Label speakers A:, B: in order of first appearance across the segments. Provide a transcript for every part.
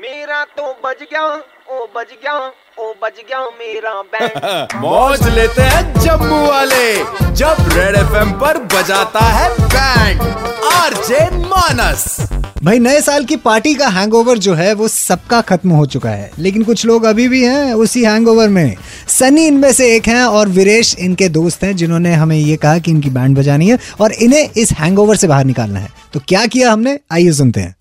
A: मेरा तो बज गया ओ बज गया ओ बज गया मेरा बैंड
B: मौज लेते हैं जम्मू वाले जब रेड एफएम पर बजाता है बैंड आरजे मानस
C: भाई नए साल की पार्टी का हैंगओवर जो है वो सबका खत्म हो चुका है लेकिन कुछ लोग अभी भी हैं उसी हैंगओवर में सनी इनमें से एक हैं और वीरेश इनके दोस्त हैं जिन्होंने हमें ये कहा कि इनकी बैंड बजानी है और इन्हें इस हैंगओवर से बाहर निकालना है तो क्या किया हमने आइए सुनते हैं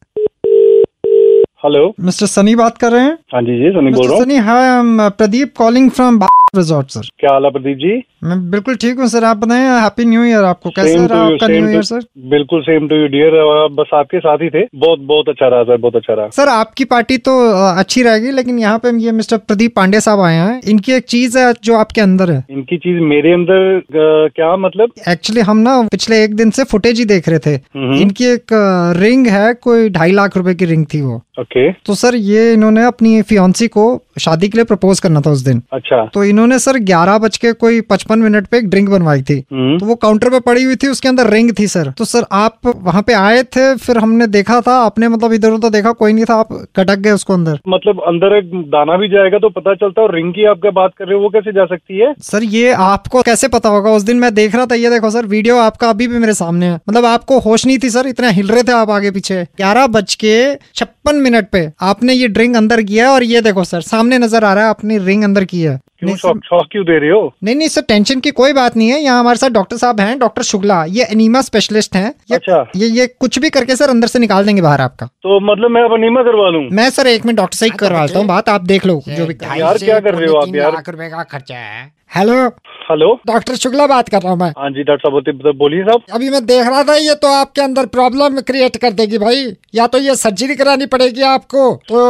D: हेलो
C: मिस्टर सनी बात कर रहे हैं
D: हाँ जी जी सनी बोल रहा
C: मिस्टर
D: हूँ
C: Sunny hi I am Pradeep calling from resort sir
D: क्या हाल है प्रदीप जी
C: मैं बिल्कुल ठीक हूँ सर आप बताएं हैप्पी न्यू ईयर आपको कैसा
D: सेम टू
C: रहा
D: यू
C: आपका new
D: same
C: year
D: to
C: sir
D: बिल्कुल सेम टू यू डियर बस आपके साथ ही थे बहुत बहुत अच्छा रहा सर बहुत अच्छा रहा
C: सर आपकी पार्टी तो अ, अच्छी रहेगी लेकिन यहाँ पे ये मिस्टर प्रदीप पांडे साहब आए हैं इनकी एक चीज है जो आपके अंदर है
D: इनकी चीज मेरे अंदर अ, क्या मतलब
C: एक्चुअली हम ना पिछले एक दिन से फुटेज ही देख रहे थे इनकी एक अ, रिंग है कोई ढाई लाख रुपए की रिंग थी वो
D: ओके
C: तो सर ये इन्होंने अपनी फियांसी को शादी के लिए प्रपोज करना था उस दिन
D: अच्छा
C: तो इन्होंने सर ग्यारह बज के कोई पचपन मिनट पे एक ड्रिंक बनवाई थी
D: हम्म,
C: तो वो काउंटर पे पड़ी हुई थी उसके अंदर रिंग थी सर तो सर आप वहाँ पे आए थे फिर हमने देखा था आपने मतलब इधर उधर देखा कोई नहीं था आप कटक गए उसको अंदर
D: मतलब अंदर एक दाना भी जाएगा तो पता चलता है और रिंग की आप क्या बात कर रहे हो वो कैसे जा सकती है
C: सर ये आपको कैसे पता होगा उस दिन मैं देख रहा था ये देखो सर वीडियो आपका अभी भी मेरे सामने है मतलब आपको होश नहीं थी सर इतना हिल रहे थे आप आगे पीछे ग्यारह बज के छप्पन मिनट पे आपने ये ड्रिंक अंदर किया है और ये देखो सर सामने नजर आ रहा है आपने रिंग अंदर की है
D: क्यों
C: नहीं सर,
D: शौक शौक क्यों दे रहे हो
C: नहीं नहीं सर टेंशन की कोई बात नहीं है यहाँ हमारे साथ डॉक्टर साहब हैं डॉक्टर शुक्ला ये एनीमा स्पेशलिस्ट हैं ये,
D: अच्छा।
C: ये ये कुछ भी करके सर अंदर से निकाल देंगे बाहर आपका
D: तो मतलब मैं अब अनिमा करवा लूँ
C: मैं सर एक मिनट डॉक्टर से ही करवाता हूँ बात आप देख लो जो भी
D: यार क्या कर रहे हो आप यार
C: रुपए का खर्चा है हेलो
D: हेलो
C: डॉक्टर शुक्ला बात कर रहा हूँ मैं
D: हाँ जी डॉक्टर साहब बोलते तो बोलिए साहब
C: अभी मैं देख रहा था ये तो आपके अंदर प्रॉब्लम क्रिएट कर देगी भाई या तो ये सर्जरी करानी पड़ेगी आपको तो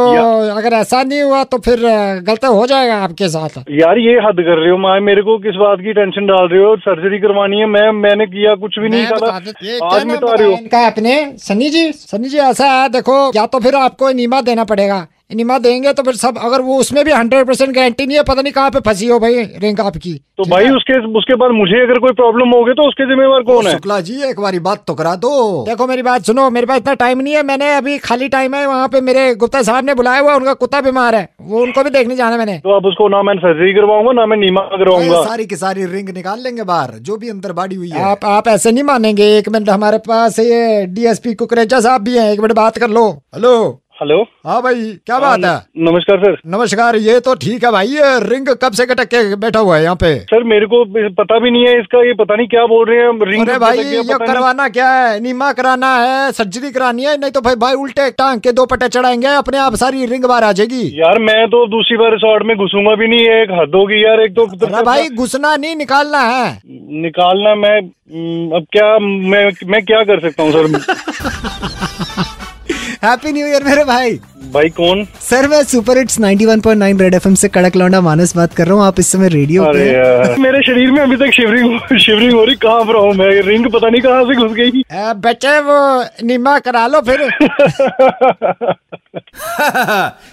C: अगर ऐसा नहीं हुआ तो फिर अ, गलत हो जाएगा आपके साथ
D: यार ये हद कर रहे हो माँ मेरे को किस बात की टेंशन डाल रहे हो सर्जरी करवानी है मैं मैंने किया कुछ भी नहीं
C: मैं
D: करा
C: बता देता- ये क्या
D: आज
C: नाम
D: मिटा रहे
C: बताया
D: हो
C: इनका अपने सनी जी सनी जी ऐसा है देखो या तो फिर आपको इनिमा देना पड़ेगा इनिमा देंगे तो फिर सब अगर वो उसमें भी हंड्रेड परसेंट गारंटी नहीं है पता नहीं कहाँ पे फंसी हो भाई रिंक आपकी
D: तो भाई उसके उसके बाद मुझे अगर कोई प्रॉब्लम होगी तो उसके जिम्मेवार कौन है
E: शुक्ला जी एक बारी बात तो करा दो
C: देखो मेरी बात सुनो मेरे पास इतना टाइम नहीं है मैंने अभी खाली टाइम है वहाँ पे मेरे गुप्ता साहब ने बुलाया हुआ उनका कुत्ता बीमार है वो उनको भी देखने जाना है मैंने
D: तो अब उसको ना मैं सर्जरी करवाऊंगा ना मैं नीमा करवाऊंगा
E: ये सारी की सारी रिंग निकाल लेंगे बाहर जो भी अंदर बाड़ी हुई है
C: आप आप ऐसे नहीं मानेंगे एक मिनट हमारे पास ये डीएसपी कुकरेजा साहब भी हैं एक मिनट बात कर लो
E: हेलो
D: हेलो
E: हाँ भाई क्या बात है
D: नमस्कार सर
E: नमस्कार ये तो ठीक है भाई ये रिंग कब से कटक के बैठा हुआ है यहाँ पे
D: सर मेरे को पता भी नहीं है इसका ये पता नहीं क्या बोल रहे हैं रिंग
E: अरे
D: कब
E: भाई
D: तक है,
E: ये
D: पता नहीं।
E: करवाना क्या है नीमा कराना है सर्जरी करानी है नहीं तो भाई भाई उल्टे टांग के दो पटे चढ़ाएंगे अपने आप सारी रिंग बाहर आ जाएगी
D: यार मैं तो दूसरी बार रिसोर्ट में घुसूंगा भी नहीं ये एक हद होगी यार एक तो
E: अरे भाई घुसना नहीं निकालना है
D: निकालना मैं हम्म, अब क्या मैं मैं क्या कर सकता हूँ सर
C: हैप्पी न्यू ईयर मेरे भाई
D: भाई कौन
C: सर मैं सुपर हिट्स 91.9 रेड एफएम से कड़क लौंडा मानस बात कर रहा हूँ आप इस समय रेडियो पे
D: अरे
C: हैं।
D: यार मेरे शरीर में अभी तक शिवरिंग शिवरिंग हो रही कहाँ पर हूँ मैं रिंग पता नहीं कहाँ से घुस गई
C: अ, बच्चे वो निमा करा लो फिर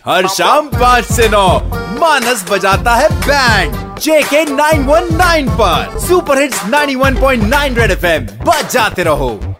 B: हर शाम पाँच से नौ मानस बजाता है बैंड जेके 919 पर सुपर हिट्स 91.9 रेड एफएम बजाते रहो